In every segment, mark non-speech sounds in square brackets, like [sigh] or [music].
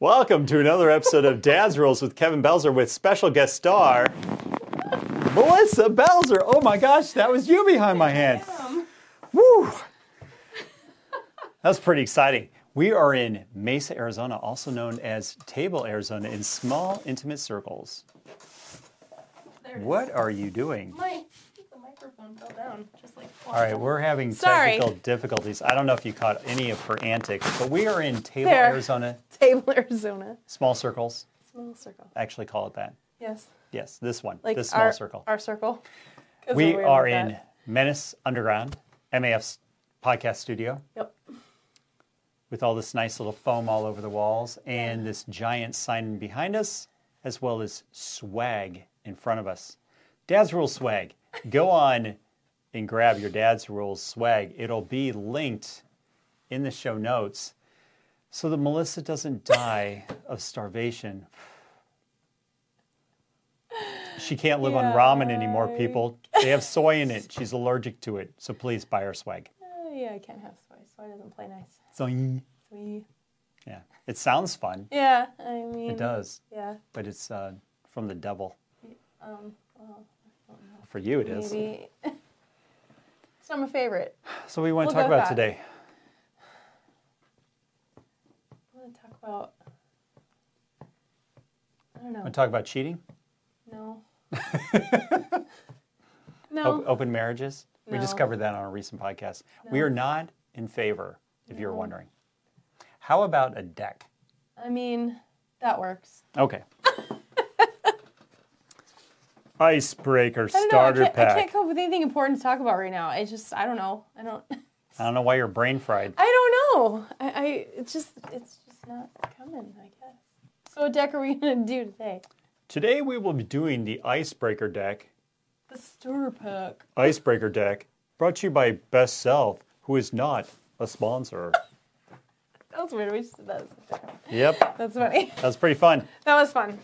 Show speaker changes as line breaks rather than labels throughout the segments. Welcome to another episode of Dad's Rules with Kevin Belzer with special guest star Melissa Belzer. Oh my gosh, that was you behind my hand. Woo! That's pretty exciting. We are in Mesa, Arizona, also known as Table, Arizona, in small, intimate circles.
There it is.
What are you doing?
My the microphone fell down. Just like
All right, we're having
Sorry.
technical difficulties. I don't know if you caught any of her antics, but we are in Table,
There.
Arizona,
[laughs] Table Arizona.
small circles.
Small circle.
Actually, call it that.
Yes.
Yes, this one,
Like
this small
our,
circle.
Our circle. 'Cause
we
we're weird
are
like
in
that.
Menace Underground, MAF's podcast studio,
Yep.
with all this nice little foam all over the walls and this giant sign behind us, as well as swag in front of us. Dad's Rules swag. Go on and grab your Dad's Rules swag. It'll be linked in the show notes so that Melissa doesn't die of starvation. She can't live on ramen anymore,
Yay.
people. They have soy in it. She's allergic to it. So please buy her swag.
Oh, yeah, I can't have soy. Soy doesn't play nice.
Soy.
Soy.
Yeah. It sounds fun.
Yeah, I mean.
It does,
Yeah.
but it's uh, from the devil.
Um,
For you, it is.
maybe. [laughs] it's not my favorite.
So, what do you want to
We'll
talk
go
about
with that.
today?
I want to talk about. I don't know.
Want to talk about cheating? [laughs]
no.
O-
no.
open marriages? We
No.
discovered that on a recent podcast. We
No.
are not in favor, if you're wondering. How about a deck?
I mean, that works.
Okay. [laughs] Icebreaker
I don't know. I
starter
can't, I
pack.
can't come up with anything important to talk about right now. I just, I don't know. I don't, [laughs]
I don't know why you're brain fried.
I don't know. I, I it's just, it's just not coming. I guess. So what deck are we gonna do today?
Today we will be doing the icebreaker deck.
The stir pack.
Icebreaker deck brought to you by Best Self, who is not a sponsor.
That was weird. We just did that.
yep,
That's funny. [laughs]
that was pretty fun.
That was fun.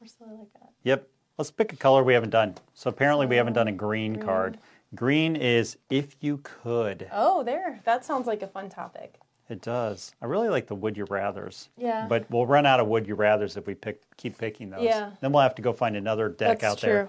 We're still like that.
Yep. Let's pick a color we haven't done. So apparently we haven't done a green
Mm.
card. Green is if you could.
Oh, there. That sounds like a fun topic.
It does. I really like the would you rather's.
Yeah.
But we'll run out of would you rather's if we pick keep picking those.
Yeah.
Then we'll have to go find another deck
That's
out
true.
there.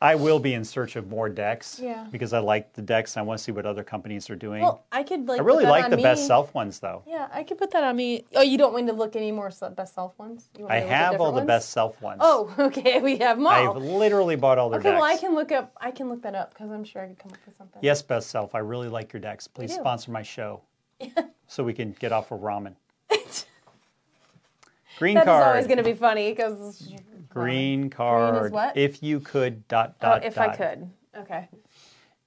I will be in search of more decks.
Yeah.
Because I like the decks. I want to see what other companies are doing.
Well, I could like.
I
put
really
that
like
on
the
me.
best self ones though.
Yeah, I could put that on me. Oh, you don't want to look any more se- best self ones. You want
I
me to look at
have all
different
the
ones?
best self ones.
Oh, [laughs] okay. We have them all.
I've literally bought all their
Okay,
decks.
well, I can look up. I can look that up because I'm sure I could come up with something.
Yes, best self. I really like your decks. Please
do.
sponsor my
[laughs]
show so we can get off of ramen. Green
That is
card.
always going to be funny because
Green card.
what? Oh,
If you could dot dot
if I
dot.
could, okay.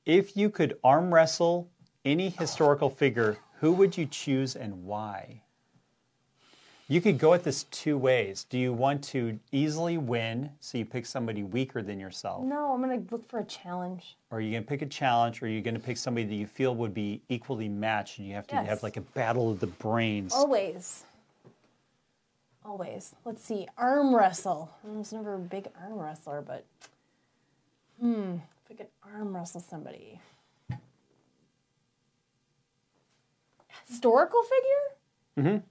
If you could arm wrestle any historical figure, who would you choose and why? You could go at this two ways. Do you want to easily win, so you pick somebody weaker than yourself?
No, I'm going to look for a challenge.
Or are you going to pick a challenge? Or are you going to pick somebody that you feel would be equally matched and you have to
Yes. Oh.
have like a battle of the brains?
Always, always. Let's see, arm wrestle. I was never a big arm wrestler, but hmm, if I could arm wrestle somebody, historical figure.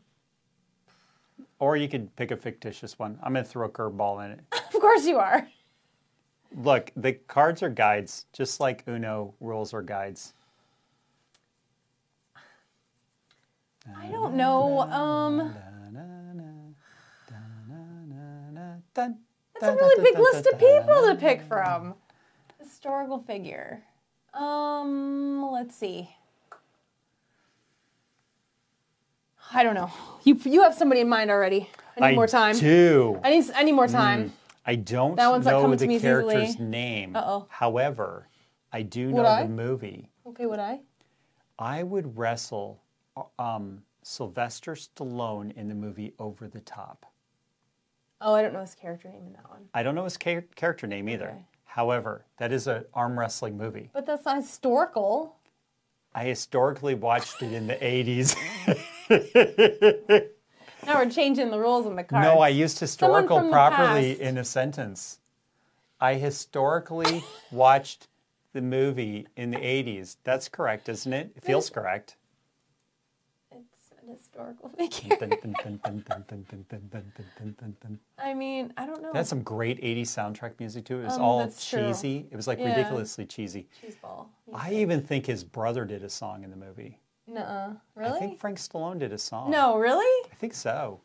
Or you could pick a fictitious one. I'm going to throw a curveball in it.
Of course you are.
Look, the cards are guides, just like Uno rules are guides.
I don't know. Um,
That's
that's a really big [laughs] list of people to pick from. Historical figure. Um, let's see. I don't know. You you have somebody in mind already. I need more time.
do. Hmm.
I need s- I need more time.
I don't
That one's not
know
coming to
the
me as
character's
easily.
name.
Uh-oh.
However, I do know
Would I?
the movie.
Okay, would I?
I would wrestle um, Sylvester Stallone in the movie Over the Top.
Oh, I don't know his character name in that one.
I don't know his char- character name either.
Okay.
However, that is an arm wrestling movie.
But that's not historical.
I historically watched it in the
[laughs]
80s.
Now we're changing the rules in the cards.
No, I used historical
from the
properly
past.
in a sentence. I
[laughs]
historically watched the
[laughs]
movie in the 80s. That's correct, isn't it? It feels correct.
It's an historical figure. [laughs]
Dun, dun, dun, dun, dun, dun, dun, dun, dun, dun, dun, dun, dun.
I mean, I don't know.
That had some great 80s soundtrack music too. It was
Oh. Um,
all
that's true.
cheesy. It was like
Yeah.
ridiculously cheesy.
cheeseball.
I even think his brother did a song in the movie.
Nuh-uh.
I
Really?
think Frank Stallone did a song.
No, really?
I think so.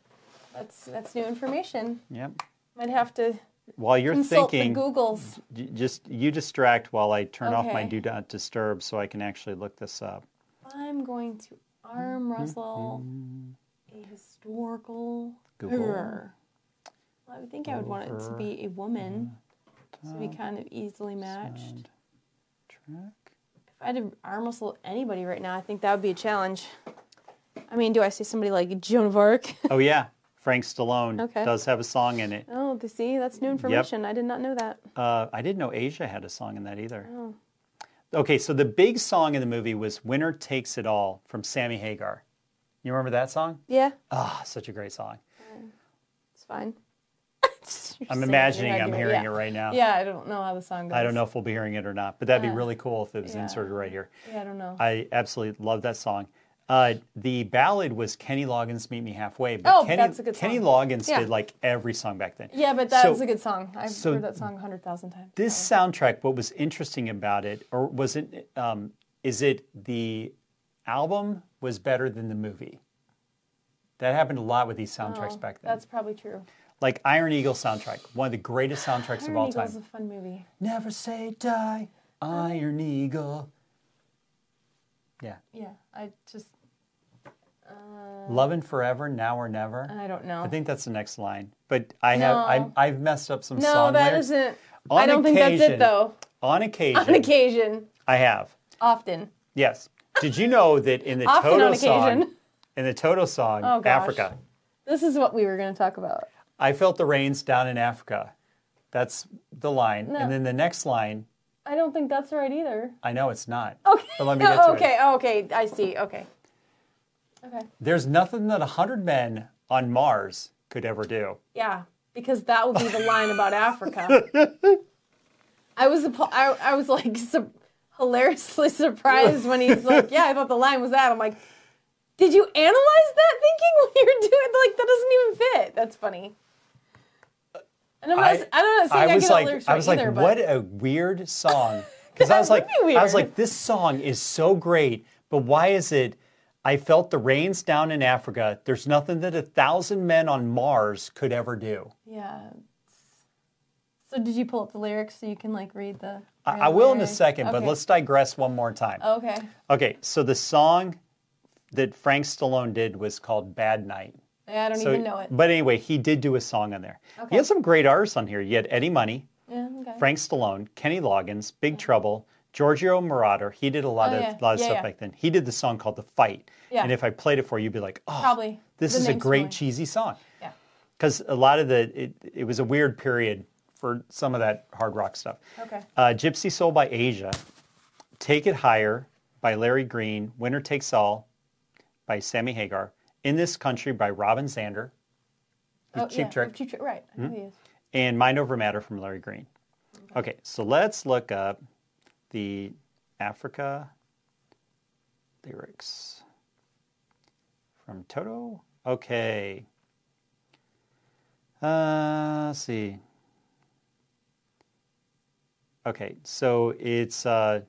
That's that's new information.
Yep.
Might have to
While you're
consult
thinking,
the Googles.
j- just you distract while I turn off my do
Okay.
not disturb so I can actually look this up.
I'm going to arm
Mm-hmm.
wrestle a historical
Google.
figure. Well, I would think I would want it to
Over
be a woman, to be kind of easily matched.
Sound track.
If I had to arm wrestle anybody right now, I think that would be a challenge. I mean, do I see somebody like Joan of Arc? [laughs]
Oh yeah, Frank Stallone
Okay.
does have a song in it.
oh, th- see, that's new information. I did not know that. Oh,
Uh, I didn't know Asia had a song in that either. Okay, so the big song in the movie was "Winner Takes It All" from Sammy Hagar. You remember that song?
Yeah,
Ah, such a great song.
it's fine.
I'm
[laughs] You're saying it,
imagining
you're not
I'm
doing
hearing
yeah.
it right now.
Yeah, I don't know how the song goes.
I don't know if we'll be hearing it or not, but that'd be
Yeah.
really cool if it was
Yeah.
inserted right here.
Yeah, I don't know.
I absolutely love that song. Uh, the ballad was Kenny Loggins' "Meet Me Halfway," but
Oh,
Kenny,
that's a good
Kenny
song.
Loggins
Yeah.
did like every song back then.
yeah, but that
So-
was a good song. I've
so
heard that song a hundred thousand times.
This soundtrack, what was interesting about it, or was it, um, is it the album was better than the movie? That happened a lot with these soundtracks
Oh,
back then.
That's probably true.
Like Iron Eagle soundtrack, one of the greatest soundtracks of all
Iron Uh.
time.
Eagle's a fun movie.
Never say die, Iron Eagle. Yeah.
Yeah, I just
Love and Forever, Now or Never.
I don't know.
I think that's the next line. But I have
No.
I, I've messed up some
no,
song
that
lyrics.
not
On
I don't think that's
occasion-
it though.
On occasion,
On occasion,
I have.
often.
Yes. Did you know that in the
[laughs] Often on
Toto song,
occasion.
in the Toto song,
Oh, gosh.
Africa,
This is what we were going to talk about.
I felt the rains down in Africa. That's the line,
No.
and then the next line,
I don't think that's right either.
I know it's not.
Okay.
But let me get
[laughs]
to it.
okay. Okay. I see. Okay. Okay.
There's nothing that a hundred men on Mars could ever do.
Yeah, because that would be the line about Africa.
[laughs]
I was appa- I, I was like su- hilariously surprised when he's like, "Yeah, I thought the line was that." I'm like, "Did you analyze that thinking when you're doing like that doesn't even fit?" That's funny. And I'm not, I,
I-
am not saying I,
I was
get all the
like,
lyrics
I
right
was
either,
like,
but
what a weird
[laughs]
song. Because I was
That
like,
would be
I was
weird.
like, this song is so great, but why is it? I felt the rains down in Africa. There's nothing that a thousand men on Mars could ever do.
yeah. So did you pull up the lyrics so you can like read the?
I, I will in a
lyrics?
second, but
Okay. Oh.
let's digress one more time.
Okay.
Okay, so the song that Frank Stallone did was called Bad Night.
Yeah, I don't
So,
even know it.
But anyway, he did do a song on there. He
Okay.
had some great artists on here. You had Eddie Money,
Yeah. Okay.
Frank Stallone, Kenny Loggins, Big Trouble, Giorgio Moroder. He did a lot
Oh,
of
yeah.
lot of
Yeah,
stuff
yeah.
back then. He did the song called The Fight.
Yeah.
And if I played it for you, you'd be like, oh,
Probably.
this
The
is a
name's
great
familiar.
cheesy song.
Yeah.
Because a lot of the, it, it was a weird period for some of that hard rock stuff.
Okay.
Uh, Gypsy Soul by Asia, Take It Higher by Larry Green, Winner Takes All by Sammy Hagar, In This Country by Robin Zander, with
Oh,
Cheap
yeah,
Trick, Hmm?
Cheap Trick, right. I know he is.
and Mind Over Matter from Larry Green. Okay, so let's look up the Africa lyrics from Toto. Okay. Uh, let's see. Okay, so it's uh,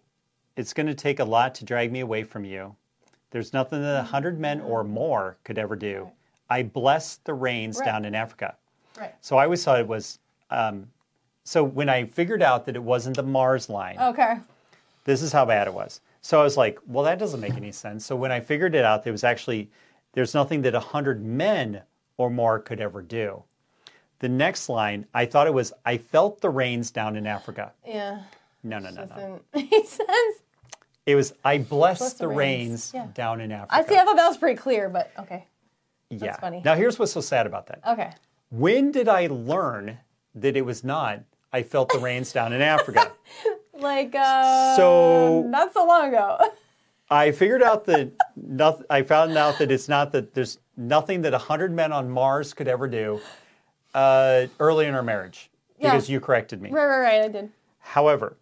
it's going to take a lot to drag me away from you. There's nothing that a hundred men or more could ever do. I bless the rains
Right.
down in Africa.
Right.
So I always thought it was. Um, so when I figured out that it wasn't the Mars line,
Okay.
this is how bad it was. So I was like, well, that doesn't make
[laughs]
any sense. So when I figured it out, there was actually there's nothing that hundred men or more could ever do. The next line, I thought it was, I felt the rains down in Africa.
Yeah.
No, no, no, no.
Doesn't [laughs] make sense.
It was, I bless,
Bless
the,
the
rains,
rains." Yeah.
down in Africa.
I see. I thought that was pretty clear, but okay.
yeah.
funny.
Now here's what's so sad about that.
Okay.
When did I learn that it was not? I felt the rains down in
[laughs]
Africa.
Like, uh,
So-
not so long ago. [laughs]
I figured out that noth- I found out that it's not that there's nothing that 100 men on Mars could ever do uh, early in our marriage
Yeah.
because you corrected me.
right, right, right. I did.
However,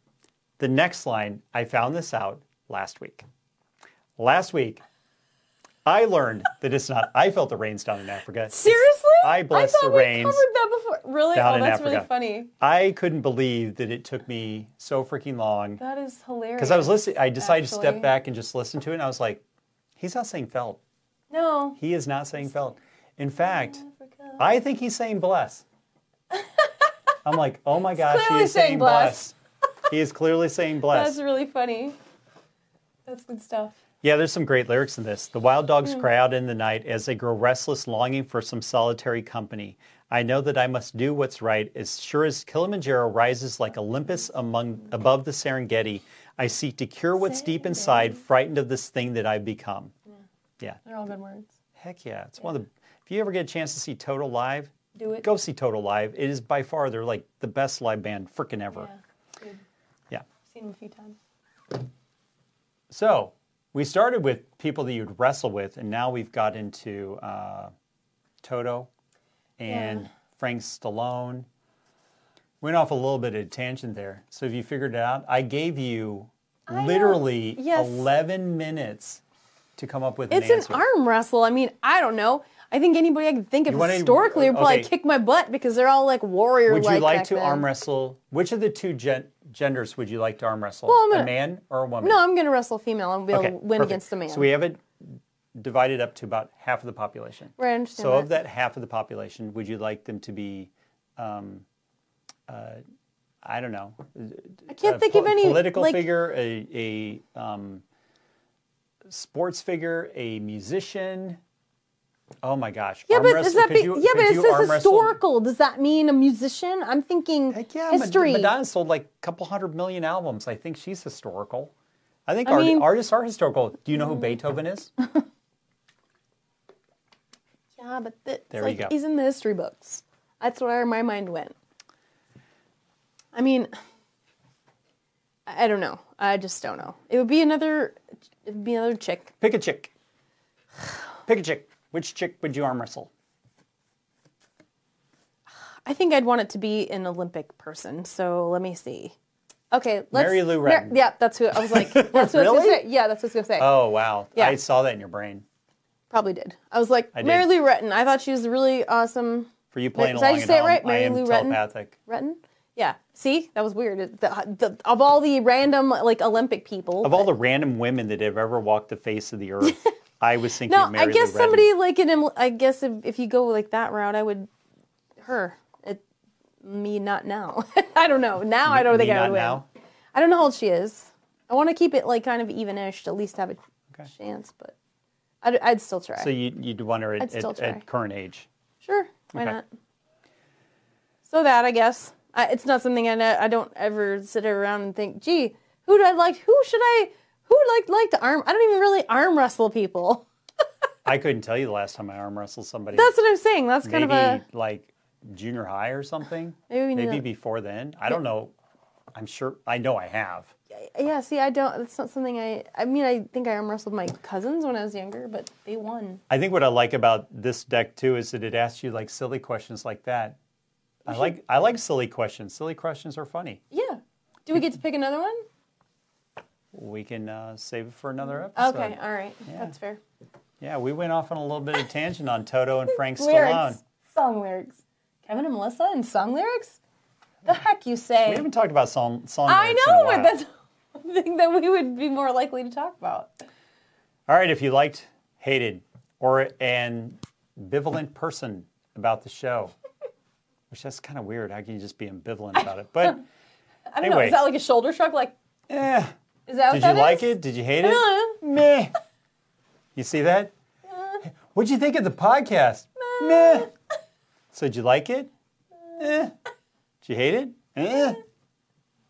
the next line, I found this out last week. Last week, I learned that it's not. I felt the rains down in Africa. It's-
Seriously?
I bless
thought
the
we
rains
covered that before. Really?
down
Oh,
in
that's really
Africa.
funny.
I couldn't believe that it took me so freaking long
That is hilarious.
because I was listening. I decided to
actually.
step back and just listen to it. And I was like, he's not saying felt.
No.
He is not saying felt. In fact, I think he's saying bless. I'm like, oh my gosh, he
clearly
is
saying
saying
bless.
bless. [laughs] He is clearly saying bless.
That's really funny. That's good stuff.
Yeah, there's some great lyrics in this. The wild dogs cry out in the night as they grow restless, longing for some solitary company. I know that I must do what's right. As sure as Kilimanjaro rises like Olympus among above the Serengeti, I seek to cure what's deep inside, frightened of this thing that I've become. Yeah.
They're all good words.
Heck yeah. It's one of the if you ever get a chance to see Total Live,
Do it.
go see Total Live. It is by far they're like the best live band frickin'
Yeah.
ever.
Good.
Yeah.
Seen him a few times.
So we started with people that you'd wrestle with, and now we've got into uh, Toto and
Yeah.
Frank Stallone. Went off a little bit of a tangent there. So if you figured it out, I gave you
know.
literally
Yes.
11 minutes to come up with
It's
an
an
answer.
arm wrestle. I mean, I don't know. I think anybody I can think of
You wanna-
historically would probably
okay.
kick my butt because they're all like warrior.
Would you like
back
to
then.
arm wrestle? Which of the two gen- genders would you like to arm wrestle?
I'm
a
gonna-
man or a woman?
No, I'm gonna wrestle female and we'll
Okay,
win
perfect.
against a man.
So we have it divided up to about half of the population.
Right, I understand
So of
that.
that half of the population, would you like them to be, um, uh, I don't know,
I can't
a
think of
pol-
any
Uh, political
like,
figure, a, a um, sports figure, a musician. Oh my gosh!
Yeah,
Arm
but
wrestle-
does that
could
be?
you-
yeah, but
could
it
you
says
arm wrestle-
historical. Does that mean a musician? I'm thinking
Heck yeah, Mad-
history.
Madonna sold like a couple hundred million albums. I think she's historical. I think
I
art-
mean-
artists are historical. Do you know who Beethoven is?
Yeah, but th-
There you
it's like
go.
he's in the history books. That's where my mind went. I mean, I I don't know. I just don't know. It would be another, it would be another chick.
Pick a chick. Pick a chick. Which chick would you arm wrestle?
I think I'd want it to be an Olympic person. So let me see. Okay, let's.
Mary Lou
Mar-
Retton.
yeah, that's who I
[laughs]
was like. That's what I was
Really?
gonna say. Yeah, that's what I was gonna say.
Oh wow!
Yeah.
I saw that in your brain.
Probably did. I was like
did.
Mary Lou Retton. I thought she was really awesome.
For you playing
did I
along
just
at
say it
home,
right?
I
Mary
am
Lou Retton?
telepathic.
Retton. Yeah. See, that was weird. It- the- the- of all the random like Olympic people,
Of all the random women that have ever walked the face of the
[laughs]
earth, I was thinking
no,
of Mary
I
Lou
guess
Retton.
somebody like an. Im- I guess if, if you go like that route, I would her. It, me not now. [laughs] I don't know. Now I don't
Me
think I
not
would win.
now?
I don't know how old she is. I want to keep it like kind of even-ish to at least have a
Okay.
chance, but I'd, I'd still try.
So you, you'd want her
I'd
at,
still
at,
try.
at current age.
Sure, why
Okay.
not? So that I guess I, it's not something I know, I don't ever sit around and think, gee, who do I like? Who should I? Who would like like to arm? I don't even really arm wrestle people. [laughs]
I couldn't tell you the last time I arm wrestled somebody.
That's what I'm saying. That's kind
maybe
of a
like junior high or something.
Maybe we need
maybe
to-
before then. I don't know. I'm sure. I know I have.
yeah. See, I don't. That's not something I. I mean, I think I arm wrestled my cousins when I was younger, but they won.
I think what I like about this deck too is that it asks you like silly questions like that.
Mm-hmm.
I like I like silly questions. Silly questions are funny.
Yeah. Do we get to pick another one?
We can uh, save it for another episode.
Okay. all right. That's fair.
Yeah, we went off on a little bit of tangent on Toto
[laughs]
and Frank Stallone.
Lyrics, song lyrics. Kevin and Melissa and song lyrics. The heck you say?
We haven't talked about song song.
I
lyrics in a
know,
while.
but that's [laughs] one thing that we would be more likely to talk about.
All right, if you liked, hated, or an ambivalent person about the
[laughs]
show, which that's kind of weird. How can you just be ambivalent about it?
[laughs]
But
I don't know.
Anyway.
Is that like a shoulder shrug? Like,
eh,
is that what
did you
that
like
is?
it? Did you hate
I
it?
don't know.
Meh. You see that? What'd you think of the podcast? Meh. So did you like it? Eh. Did you hate it? Eh.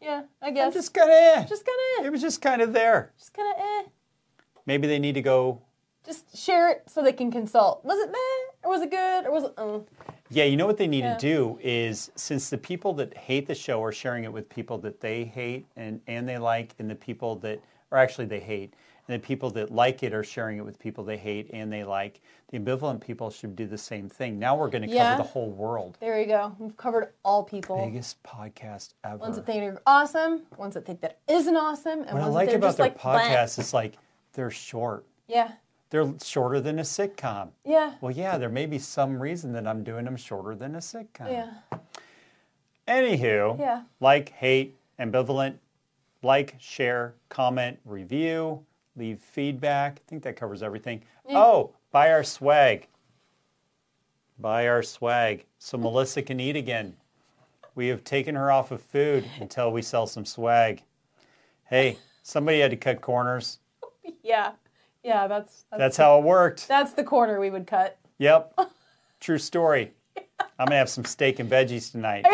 Yeah, I guess.
Just
Just,
kind of eh.
just kind
It
of,
was just kind of there.
just kind of, eh.
Maybe they need to go.
Just share it so they can consult. Was it meh, or was it good, or was it? Uh,
Yeah, you know what they need
Yeah.
to do is since the people that hate the show are sharing it with people that they hate and, and they like, and the people that, or actually they hate, and the people that like it are sharing it with people they hate and they like, the ambivalent people should do the same thing. Now we're going to
Yeah.
cover the whole world.
there you go. We've covered all people.
biggest podcast ever.
Ones that think are awesome, ones that think that isn't awesome, and
what I
ones
like
that are
about
just
their
like bleh.
podcast is like they're short.
Yeah.
They're shorter than a sitcom.
Yeah.
Well, yeah, there may be some reason that I'm doing them shorter than a sitcom.
Yeah.
Anywho,
Yeah.
like, hate, ambivalent, like, share, comment, review, leave feedback. I think that covers everything. Oh, buy our swag. Buy our swag so Melissa can eat again. We have taken her off of food until we sell some swag. Hey, somebody had to cut corners.
Yeah. Yeah, that's that's,
That's how it
[laughs]
worked.
that's the corner we would cut.
Yep. True story. I'm going to have some steak and veggies tonight.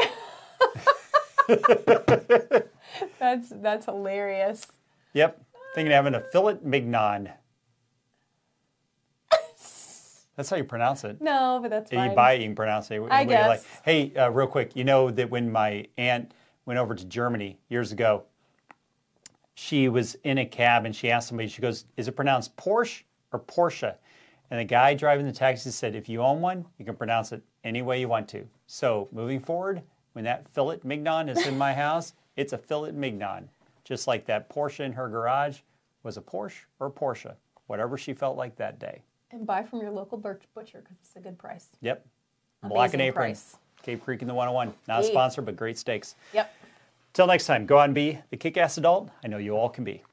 That's that's hilarious.
Yep. Thinking of having a fillet mignon. That's how you pronounce it.
No, but that's
You
fine.
buy it, you can pronounce it. any
I
way you
guess.
Like. Hey, uh, real quick, you know that when my aunt went over to Germany years ago, she was in a cab and she asked somebody, she goes, Is it pronounced Porsche or Porsche? And the guy driving the taxi said, If you own one, you can pronounce it any way you want to. So moving forward, when that fillet mignon is in
[laughs]
my house, it's a fillet mignon. Just like that Porsche in her garage was a Porsche or a Porsche, whatever she felt like that day.
and buy from your local butcher because it's a good price.
Yep. Black and
Amazing
Apron.
price.
Cave Creek in the 101. Not a
Hey.
sponsor, but great steaks.
Yep.
Till next time, go out and be the kick ass adult I know you all can be.